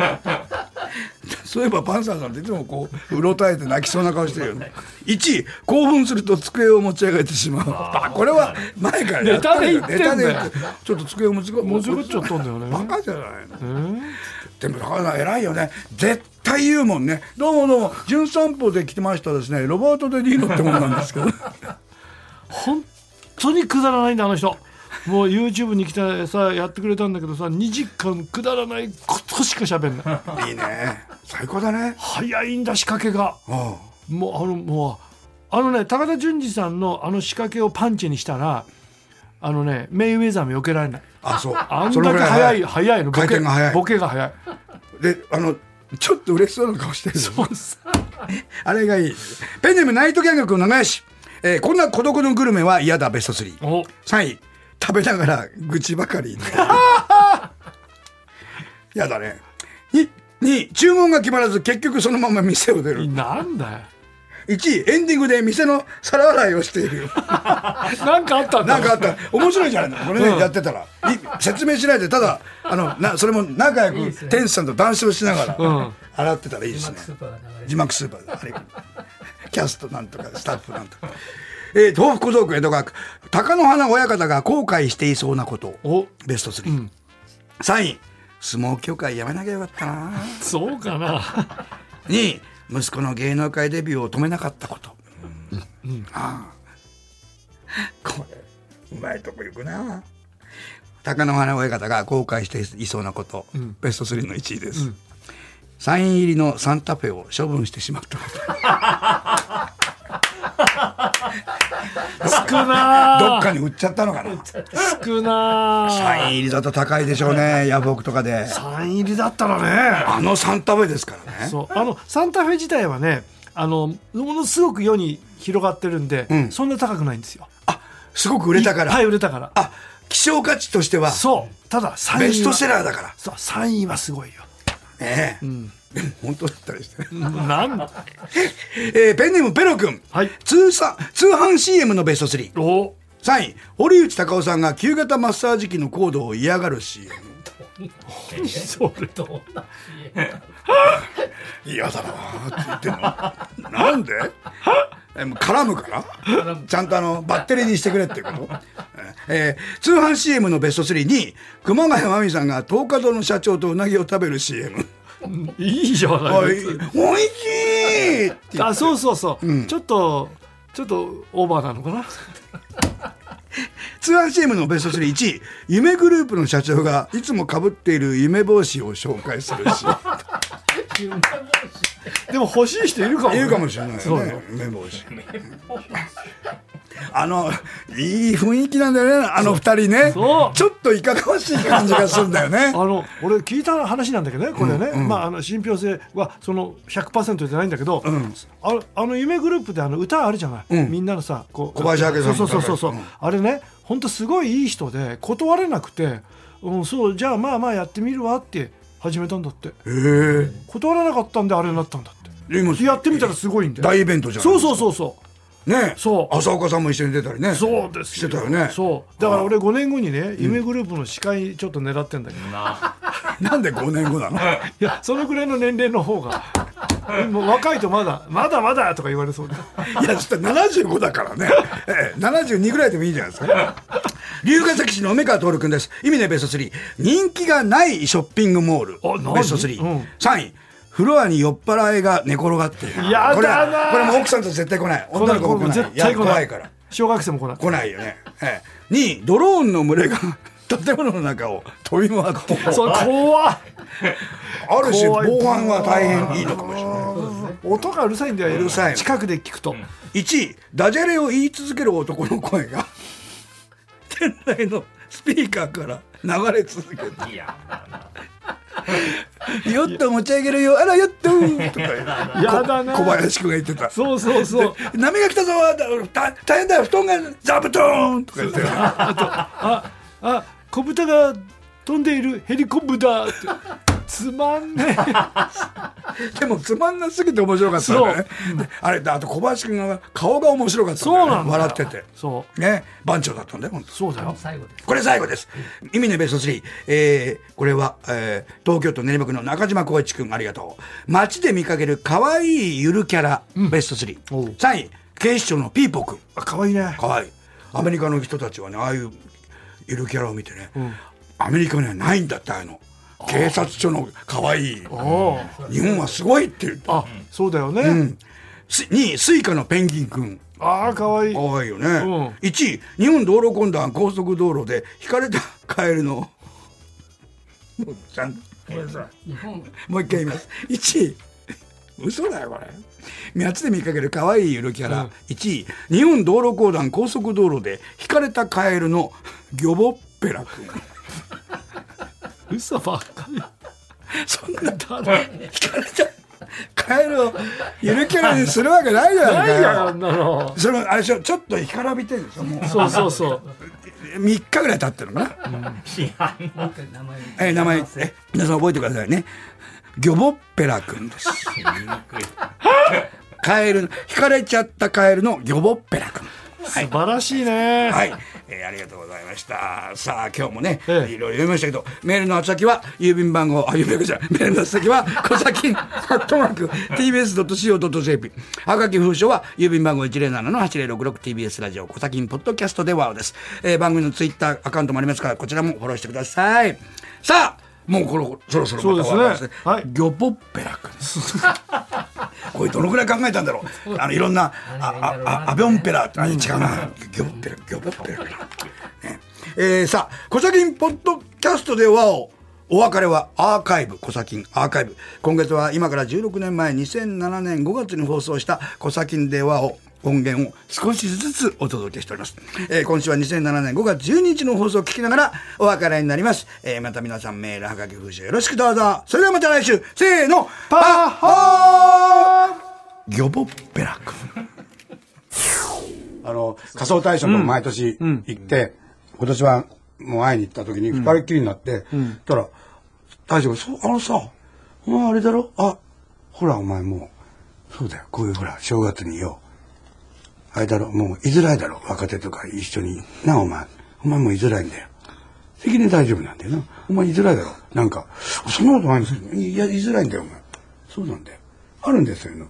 [SPEAKER 1] そういえばパンサーさんっていつもこううろたえて泣きそうな顔してるよね1位興奮すると机を持ち上げてしまうあこれは前からやったよ
[SPEAKER 2] ネタで言ってんだよ
[SPEAKER 1] ネタで言ってちょっと机を持ち
[SPEAKER 2] もうちょこちょっとんだよね
[SPEAKER 1] バカじゃないの、でも高田さん偉いよね絶対言うもんねどうもどうも「純散歩」で来てましたですねロバート・デ・ニーロってもんなんですけど
[SPEAKER 2] 本当にくだらないんだあの人もう YouTube に来てさやってくれたんだけどさ2時間くだらないことしか喋んない
[SPEAKER 1] いいね最高だね
[SPEAKER 2] 早いんだ仕掛けが
[SPEAKER 1] うん
[SPEAKER 2] もうあのもうあのね高田純次さんのあの仕掛けをパンチにしたらあのねメイウェザーも避けられない
[SPEAKER 1] あそう
[SPEAKER 2] あん
[SPEAKER 1] そ
[SPEAKER 2] だ
[SPEAKER 1] のぐ
[SPEAKER 2] け
[SPEAKER 1] ら
[SPEAKER 2] 早い早いのボ
[SPEAKER 1] 回
[SPEAKER 2] ケ
[SPEAKER 1] 転が早い
[SPEAKER 2] ボケが早い
[SPEAKER 1] であのちょっと嬉しそうな顔してる
[SPEAKER 2] そうさ
[SPEAKER 1] あれがいいペンネームナイトギャング君長屋市えーこんな孤独のグルメは嫌だベスト3。
[SPEAKER 2] お
[SPEAKER 1] 3位、食べながら愚痴ばかり。 嫌だね。2、2注文が決まらず結局そのまま店を出る。
[SPEAKER 2] なんだよ
[SPEAKER 1] 1位、エンディングで店の皿洗いをしてい る。
[SPEAKER 2] なんかあったんだ
[SPEAKER 1] なんかあった面白いじゃないのこれね、やってたらい説明しないでただあのなそれも仲良く店主さんと談笑しながら、
[SPEAKER 2] うん
[SPEAKER 1] 洗ってたらいいです
[SPEAKER 3] マッ
[SPEAKER 1] ね
[SPEAKER 3] クスーパーが流れ
[SPEAKER 1] 字幕スーパー
[SPEAKER 3] て
[SPEAKER 1] であれキャストなんとかスタッフなんとか。えー、東北小僧区江戸川区貴乃花親方が後悔していそうなこと
[SPEAKER 2] お
[SPEAKER 1] ベスト3、3位相撲協会やめなきゃよかったな
[SPEAKER 2] そうかな
[SPEAKER 1] 2位息子の芸能界デビューを止めなかったこと、ああこれうまいとこ行くな高野花親方が後悔していそうなこと、ベスト3の1位です、サイン入りのサンタフェを処分してしまったこと
[SPEAKER 2] つくな
[SPEAKER 1] どっかに売っちゃったのかな
[SPEAKER 2] つくな
[SPEAKER 1] サイン入りだと高いでしょうねヤフオクとかで
[SPEAKER 2] サイン入りだったらね
[SPEAKER 1] あのサンタフェですからね
[SPEAKER 2] そうあのサンタフェ自体はねあのものすごく世に広がってるんで、
[SPEAKER 1] ん
[SPEAKER 2] そんな高くないんですよ
[SPEAKER 1] あすごく売れたから、
[SPEAKER 2] はい売れたから
[SPEAKER 1] あ希少価値としては
[SPEAKER 2] そうただサインは
[SPEAKER 1] ベストセラーだから
[SPEAKER 2] そうサインはすごいよ
[SPEAKER 1] ねえ、でも本当だったりしてね
[SPEAKER 2] なん
[SPEAKER 1] えーペンネームペロ君、
[SPEAKER 2] はい
[SPEAKER 1] 通算通販 CM のベスト3 3
[SPEAKER 2] お
[SPEAKER 1] 位堀内孝雄さんが旧型マッサージ機のコードを嫌がる CM
[SPEAKER 2] それ
[SPEAKER 3] どんな CM
[SPEAKER 1] 嫌だなーって言ってんの なんでえもう絡むからちゃんとあのバッテリーにしてくれっていうこと、えー通販 CM のベスト32位熊谷真美さんが東華堂の社長とうなぎを食べる CM
[SPEAKER 2] いいじゃ
[SPEAKER 1] お
[SPEAKER 2] ない
[SPEAKER 1] い
[SPEAKER 2] 別に
[SPEAKER 1] おいしいって言って
[SPEAKER 2] あそうそうそう、ちょっとちょっとオーバーなのかな
[SPEAKER 1] ツアー CM のベスト31位夢グループの社長がいつもかぶっている夢帽子を紹介する し
[SPEAKER 2] でも欲しい人いるかもね、
[SPEAKER 1] 言うかもしれない
[SPEAKER 2] そ
[SPEAKER 1] よ
[SPEAKER 2] う
[SPEAKER 1] ね
[SPEAKER 2] よ
[SPEAKER 1] 夢帽子あのいい雰囲気なんだよねあの二人ねち
[SPEAKER 2] そ
[SPEAKER 1] ょ
[SPEAKER 2] う
[SPEAKER 1] っといかがわしい感じがするんだよね
[SPEAKER 2] あの俺聞いた話なんだけどねこれね、まああの信憑性はその100%じゃないんだけど、あのあの夢グループであの歌あるじゃない、
[SPEAKER 1] うん
[SPEAKER 2] みんなのさこう
[SPEAKER 1] 小林明さんの
[SPEAKER 2] そうそうそうそう、
[SPEAKER 1] うん
[SPEAKER 2] あれね本当すごいいい人で断れなくて、うん、そうじゃあまあまあやってみるわって始めたんだって
[SPEAKER 1] へえ
[SPEAKER 2] 断らなかったんであれになったんだっ
[SPEAKER 1] 今
[SPEAKER 2] てやってみたらすごいんだよ
[SPEAKER 1] 大イベントじゃん
[SPEAKER 2] そうそうそうそう
[SPEAKER 1] ね
[SPEAKER 2] そう
[SPEAKER 1] 浅岡さんも一緒に出たりね
[SPEAKER 2] そうです
[SPEAKER 1] してたよね
[SPEAKER 2] そうだから俺5年後にね夢グループの司会ちょっと狙ってんだけど、い
[SPEAKER 1] なんで5年後なの
[SPEAKER 2] やそのぐらいの年齢の方がもう若いとまだまだまだとか言われそうで
[SPEAKER 1] いや、ちょっと75だからね。ええ、72ぐらいでもいいじゃないですか。龍ヶ崎市の梅川徹君です。意味ね、ベスト3。人気がないショッピングモール。
[SPEAKER 2] あ何
[SPEAKER 1] ベスト3。
[SPEAKER 2] うん
[SPEAKER 1] 3位。フロアに酔っ払いが寝転がっている。
[SPEAKER 2] やだな
[SPEAKER 1] これはこれも奥さんと絶対来ない。女の子も来ない。
[SPEAKER 2] 絶対来
[SPEAKER 1] や怖
[SPEAKER 2] ない
[SPEAKER 1] いから。
[SPEAKER 2] 小学生も来ない
[SPEAKER 1] 来ないよね。ええ、2位。ドローンの群れが 建物の中を飛び回っている。
[SPEAKER 2] それ怖い
[SPEAKER 1] ある種、
[SPEAKER 2] 怖い
[SPEAKER 1] 防犯は大変いいのかもしれない。
[SPEAKER 2] 音がうるさいんだよ
[SPEAKER 1] るさい
[SPEAKER 2] 近くで聞くと、
[SPEAKER 1] 1位ダジャレを言い続ける男の声 が店内のスピーカーから流れ続けて 「よっと持ち上げるよあらよっ と」とか
[SPEAKER 2] やだな
[SPEAKER 1] 小林君が言ってた
[SPEAKER 2] そうそうそう
[SPEAKER 1] 「波が来たぞだ大変だよ布団がザブトーン」とか言って
[SPEAKER 2] ああ小豚が飛んでいるヘリコプターってつまんねえ
[SPEAKER 1] でもつまんなすぎて面白かったんだよねであれだあと小林君が顔が面白かったんだよ
[SPEAKER 2] そうなんだ
[SPEAKER 1] 笑ってて
[SPEAKER 2] そう
[SPEAKER 1] ね番長だったんだよ本当
[SPEAKER 2] そうだよ
[SPEAKER 3] 最後です
[SPEAKER 1] これ最後です。意味のベスト3。えー、これは、えー、東京都練馬区の中島光一くんありがとう。街で見かける可愛いゆるキャラ、ベスト
[SPEAKER 2] お
[SPEAKER 1] 3
[SPEAKER 2] う。
[SPEAKER 1] 3位、警視庁のピーポくん。
[SPEAKER 2] あ可愛いね
[SPEAKER 1] 可愛い。アメリカの人たちはね、ああいうゆるキャラを見てね、アメリカにはないんだって、ああいうの。警察署の可愛い。
[SPEAKER 2] おう
[SPEAKER 1] 日本はすごいって言った。
[SPEAKER 2] あそうだよね、
[SPEAKER 1] 2位、スイカのペンギンくん。
[SPEAKER 2] ああ可愛い
[SPEAKER 1] 可愛いよね、
[SPEAKER 2] ん
[SPEAKER 1] 1位日本道路混乱高速道路で引かれたカエルのもうちゃん ごめんなさ
[SPEAKER 3] 日本
[SPEAKER 1] いもう一回言います1位嘘だよこれ街で見かける可愛いゆるキャラ、1位日本道路公団高速道路で引かれたカエルのギョボッペ ラ君
[SPEAKER 2] 嘘ばっかり
[SPEAKER 1] そんなただ引かれたカ
[SPEAKER 3] カエルをゆるキャラにするわけないじゃ
[SPEAKER 2] な
[SPEAKER 3] ないいか
[SPEAKER 2] やあ
[SPEAKER 3] よ
[SPEAKER 2] んなの
[SPEAKER 3] それもあれでしょちょっと干からびてるでしょもう
[SPEAKER 2] そうそうそう
[SPEAKER 3] 3日ぐらい経ってるのかな、
[SPEAKER 4] なんか名前
[SPEAKER 3] えー名前え皆さん覚えてくださいねギョボッペラ君です カエルの惹かれちゃったカエルのギョボッペラ君
[SPEAKER 2] 素晴らしいね、
[SPEAKER 3] はい、えーありがとうございました。さあ、今日もね、
[SPEAKER 2] ええ
[SPEAKER 3] いろいろ読みましたけど、メールの宛先は、郵便番号、あ、郵便番号じゃない、メールの宛先 は、小崎、ハットマーク、tbs.co.jp。はがき封書は、郵便番号 107-8066TBS ラジオ、小崎ポッドキャストでワオです。えー番組のツイッターアカウントもありますから、こちらもフォローしてください。さあ、もうこのそろそろまた終わります
[SPEAKER 2] そう
[SPEAKER 3] ね
[SPEAKER 2] ですねはい
[SPEAKER 3] ギョポッペラ君です これどのくらい考えたんだろう。あのいろんな、あ、あ、あ、アビョンペラって、あ違うな。ギョボッペラ、ギョボッペラかな。ね、えー、さあ、コサキンポッドキャストではお。お別れはアーカイブ、コサキンアーカイブ。今月は今から16年前、2007年5月に放送したコサキンではお。音源を少しずつお届けしております、えー今週は2007年5月12日の放送を聞きながらお別れになります、えーまた皆さんメールはがき封書よろしくどうぞそれではまた来週せーのパッホーギョボッペラ君。
[SPEAKER 1] あの、仮装大賞も毎年行って、今年はもう会いに行った時に二人っきりになって、たら、大将が、そう、あのさ、お前あれだろあ、ほらお前もう、そうだよ、こういうほら、正月によ、あれだろ、もう居づらいだろ、若手とか一緒に。なあお前、お前もう居づらいんだよ。責任大丈夫なんだよな。お前居づらいだろ。なんか、そんなことないんですよ。いや、居づらいんだよ、お前。そうなんだよ。あるんですよ、そういうの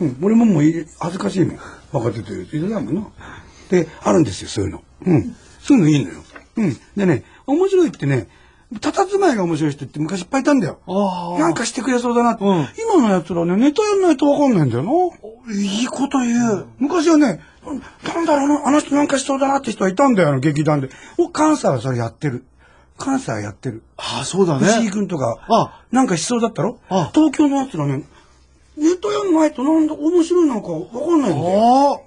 [SPEAKER 1] うん、俺ももうい恥ずかしいもん。若手というと居づらいもんな。で、あるんですよ、そういうの。うん。そういうのいいのよ。うん。でね、面白いってね、佇まいが面白い人って昔いっぱいいたんだよ。
[SPEAKER 2] あー
[SPEAKER 1] なんかしてくれそうだなって。今のやつらね、ネタやんないとわかんないんだよな。いいこと言う。昔はね、なんだろうな、あの人なんかしそうだなって人はいたんだよ、あの劇団で。お、関西はそれやってる。関西はやってる。
[SPEAKER 2] ああそうだね
[SPEAKER 1] 藤井君とか、
[SPEAKER 2] あ
[SPEAKER 1] なんかしそうだったろ
[SPEAKER 2] あ
[SPEAKER 1] 東京のやつらね、ネタやんないとなんだ、面白いなんかわかんないんだよ。
[SPEAKER 2] あ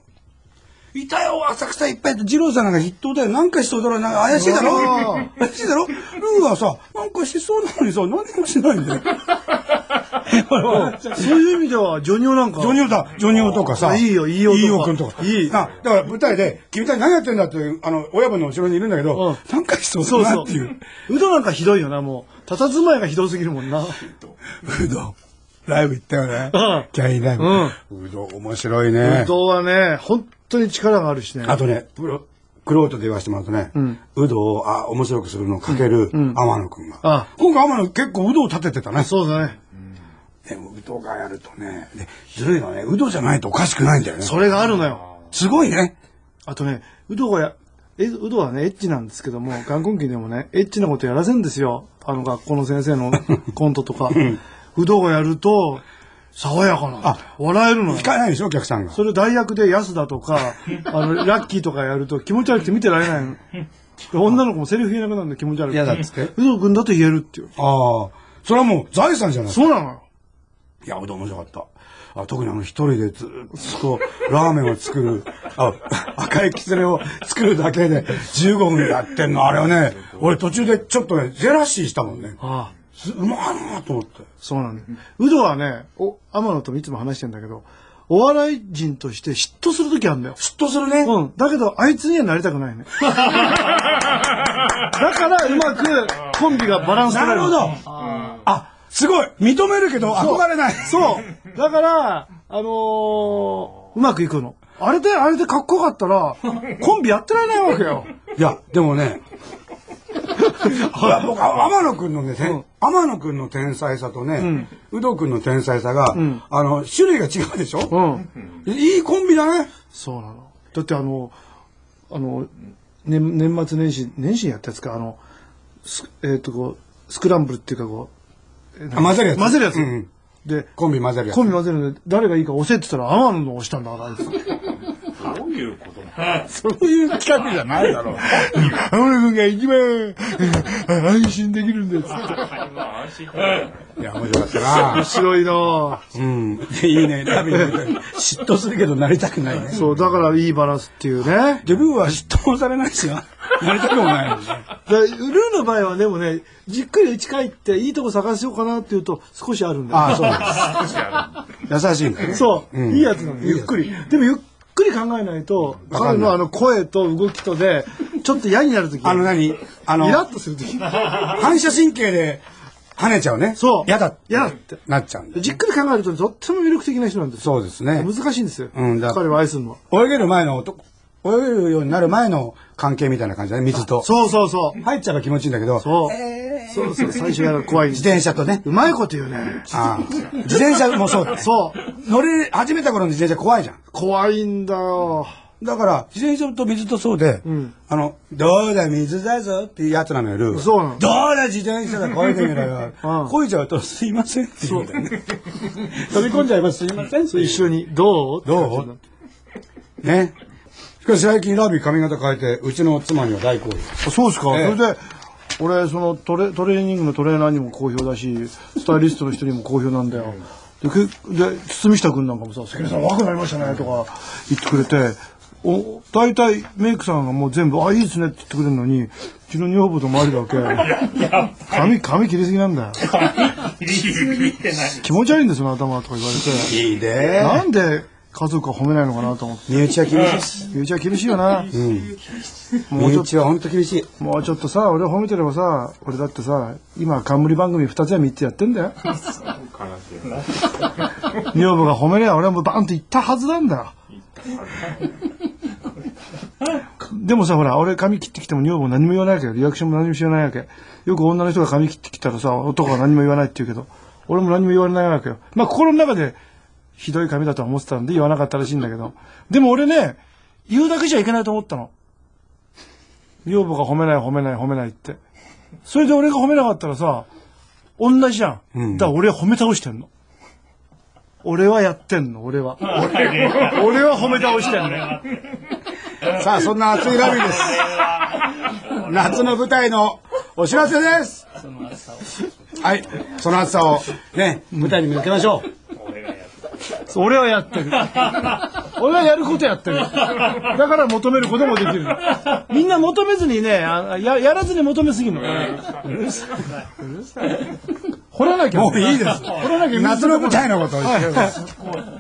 [SPEAKER 1] いたよ、浅草いっぱいいて、二郎さんなんか筆頭だよ。なんかしそうだろ、なんか怪しいだ
[SPEAKER 2] う
[SPEAKER 1] ろ
[SPEAKER 2] わ
[SPEAKER 1] 怪しいだろルーはさ、なんかしそうなのにさ、何にもしないんだよ。ほらほら
[SPEAKER 2] あそういう意味ではジョニオなんか
[SPEAKER 1] ジョニオだ、ジョニオとかさ。
[SPEAKER 2] あいいよいいよとか
[SPEAKER 1] いいよ君とか。
[SPEAKER 2] いい
[SPEAKER 1] あ、だから舞台で、君たち何やってんだっていう、あの、親分の後ろにいるんだけ
[SPEAKER 2] う
[SPEAKER 1] ど
[SPEAKER 2] ん、
[SPEAKER 1] なんかしそ
[SPEAKER 2] そうう
[SPEAKER 1] だな
[SPEAKER 2] そ
[SPEAKER 1] っていう。
[SPEAKER 2] うウドなんかひどいよなもう佇まいがひどすぎるもんな
[SPEAKER 1] うどん。ライブ行ったよね
[SPEAKER 2] うん。
[SPEAKER 1] キャインライブ。うどん、面白いね
[SPEAKER 2] ウ。ドはね本当に力があるしね
[SPEAKER 1] あとね、プロ、クロートで言わせてもらうとね、うどんを、あ、面白くするのをかける、天野くんが
[SPEAKER 2] あ。
[SPEAKER 1] 今回天野結構うどんを立ててたね。
[SPEAKER 2] そうだね
[SPEAKER 1] でもうどんがやるとね、でずるいのはね、うどんじゃないとおかしくないんだよね。
[SPEAKER 2] それがあるのよ
[SPEAKER 1] すごいね。
[SPEAKER 2] あとねウドがやえウドはねエッチなんですけども眼根期でもねエッチなことやらせんですよあの学校の先生のコントとかウドがやると爽やかな
[SPEAKER 1] あ
[SPEAKER 2] 笑えるのよ
[SPEAKER 1] 聞かないでしょ、お客さんが。
[SPEAKER 2] それを代役で安田と か、あの、ラッキーとかやると気持ち悪くて見てられないの。で女の子もセリフ言えなくなるんで気持ち悪くて。
[SPEAKER 1] 嫌だっつって
[SPEAKER 2] うどくんだと言えるっていう。
[SPEAKER 1] ああ、それはもう財産じゃない
[SPEAKER 2] そうなのよ。
[SPEAKER 1] いや、うどん面白かった。あ特にあの一人でずっとラーメンを作る、あ、赤いキツネを作るだけで15分やってんの、あれはね、俺途中でちょっとね、ジェラシーしたもんね。
[SPEAKER 2] ああ、
[SPEAKER 1] すうまいなと思って。
[SPEAKER 2] そうなのよ。うどはね、お、天野ともいつも話してんだけど、お笑い人として嫉妬するときあるんだよ。
[SPEAKER 1] 嫉妬するね。
[SPEAKER 2] うん。だけど、あいつにはなりたく ないね。だから、うまくコンビがバランス取
[SPEAKER 1] な
[SPEAKER 2] れ
[SPEAKER 1] る
[SPEAKER 2] る。
[SPEAKER 1] ほど。あ、すごい。認めるけど憧れない。
[SPEAKER 2] そう。 だから、あのーうまくいくの。あれで、あれでかっこよかったら、コンビやってられないわけよ。
[SPEAKER 1] いや、でも ね、いや僕、天野くんのね、てん天野くんの天才さとね、有働くんの天才さが、あの、種類が違うでし
[SPEAKER 2] う
[SPEAKER 1] ょ
[SPEAKER 2] ん。
[SPEAKER 1] いいコンビだね。
[SPEAKER 2] そうなの。だってあの、あの、ね、年末年始、年始にやったやつか、あの、すえっ、とこう、スクランブルっていうかこう、えー
[SPEAKER 1] あ混ぜるやつ
[SPEAKER 2] 混ぜるやつ。
[SPEAKER 1] うんうん
[SPEAKER 2] で、
[SPEAKER 1] コンビ混ぜるやつ。
[SPEAKER 2] コンビ混ぜるので、誰がいいか押せって言ったら、アマンの押したんだからあいつ、
[SPEAKER 1] そういう企画じゃないだろう。
[SPEAKER 2] 天野君が一番、 安心できるんだよ、つって。
[SPEAKER 1] いや、面白かったな。
[SPEAKER 2] 白いなぁ。
[SPEAKER 1] うん。いいね、ラビーの 嫉妬するけどなりたくないね。
[SPEAKER 2] そう、だからいいバランスっていうね。
[SPEAKER 1] デビューは嫉妬もされないしな。やりたくもないですね。
[SPEAKER 2] だルーの場合はでもね、じっくり家帰っていいとこ探しようかなっていうと少しあるんだよ。
[SPEAKER 1] ああ、そうなん です。優しいんだね。
[SPEAKER 2] そう、
[SPEAKER 1] ん
[SPEAKER 2] いいやつなの、ゆっくり。でもゆっくり考えないと、
[SPEAKER 1] わかんない
[SPEAKER 2] 彼のあの声と動きとで、ちょっと嫌になるとき。
[SPEAKER 1] あの何あの
[SPEAKER 2] イラッとするとき。
[SPEAKER 1] 反射神経で跳ねちゃうね。
[SPEAKER 2] そう
[SPEAKER 1] 嫌だ。
[SPEAKER 2] 嫌だって
[SPEAKER 1] なっちゃうんだ。
[SPEAKER 2] じっくり考えるととっても魅力的な人なんですよ。
[SPEAKER 1] そうですね。
[SPEAKER 2] 難しいんですよ。
[SPEAKER 1] うんだ
[SPEAKER 2] 彼を愛するのは。
[SPEAKER 1] 泳げる前の男、泳げるようになる前の関係みたいな感じだね、水と。
[SPEAKER 2] そうそうそう。
[SPEAKER 1] 入っちゃえば気持ちいいんだけど、
[SPEAKER 2] そう。そうそう、最初は怖いんです
[SPEAKER 1] 自転車とね。
[SPEAKER 2] うまいこと言うね。
[SPEAKER 1] ああ自転車もそうだね。
[SPEAKER 2] そう。
[SPEAKER 1] 乗り始めた頃の自転車怖いじゃん。
[SPEAKER 2] 怖いんだよ。
[SPEAKER 1] だから、自転車と水とそうで、あの、どうだ水だぞっていうやつなのよ、ルーは
[SPEAKER 2] そうなの
[SPEAKER 1] どうだ自転車だ、こいでみろよ。
[SPEAKER 2] うん
[SPEAKER 1] こいちゃうと、すいませんって言うんだよね。飛び込んじゃいます、すいませんっていう
[SPEAKER 2] 一緒に、どうって感じになって
[SPEAKER 1] ね。しかし最近ラビー髪型変えて、うちの妻には大好評。
[SPEAKER 2] あそうですか、
[SPEAKER 1] ええ
[SPEAKER 2] それで俺そのトレトレーニングのトレーナーにも好評だしスタイリストの人にも好評なんだよ、でけで堤下君なんかもさ「関根さん若くなりましたね」とか言ってくれてお大体メイクさんがもう全部「あいいですね」って言ってくれるのにうちの女房と周りだけ髪髪切りすぎなんだよ気持ち悪いんですよ頭とか言われて
[SPEAKER 1] いいね。
[SPEAKER 2] なんで家族は褒めないのかなと思って
[SPEAKER 1] 身内は厳しいです。
[SPEAKER 2] 身内は厳しいよな、もう
[SPEAKER 1] 身
[SPEAKER 2] ちょっと
[SPEAKER 1] 内は本当厳しい。
[SPEAKER 2] もうちょっとさ、俺を褒めてればさ、俺だってさ、今冠番組2つや3つやってんだよ。女房が褒めりゃ俺はもうバンと言ったはずなんだよ。でもさ、ほら、俺髪切ってきても女房何も言わないわけよ。リアクションも何も知らないわけ。よく女の人が髪切ってきたらさ、男は何も言わないって言うけど、俺も何も言われないわけよ。まあ心の中で、ひどい髪だとは思ってたんで言わなかったらしいんだけど。でも俺ね、言うだけじゃいけないと思ったの。女房が褒めない褒めない褒めないって。それで俺が褒めなかったらさ、同じじゃん。だから俺は褒め倒してんの。俺はやってんの、俺は。俺は褒め倒してんの。
[SPEAKER 1] さあ、そんな熱いラビーです。夏の舞台のお知らせです。はい、その暑さをね、舞台に向けましょう。
[SPEAKER 2] 俺はやってる。俺はやることやってる。だから求めることもできるの。みんな求めずにね、あややらずに求めすぎるの。うるさい。掘らなきゃ。
[SPEAKER 1] もういいです
[SPEAKER 2] 掘らなきゃ。
[SPEAKER 1] 夏の舞台のことを言って
[SPEAKER 2] はい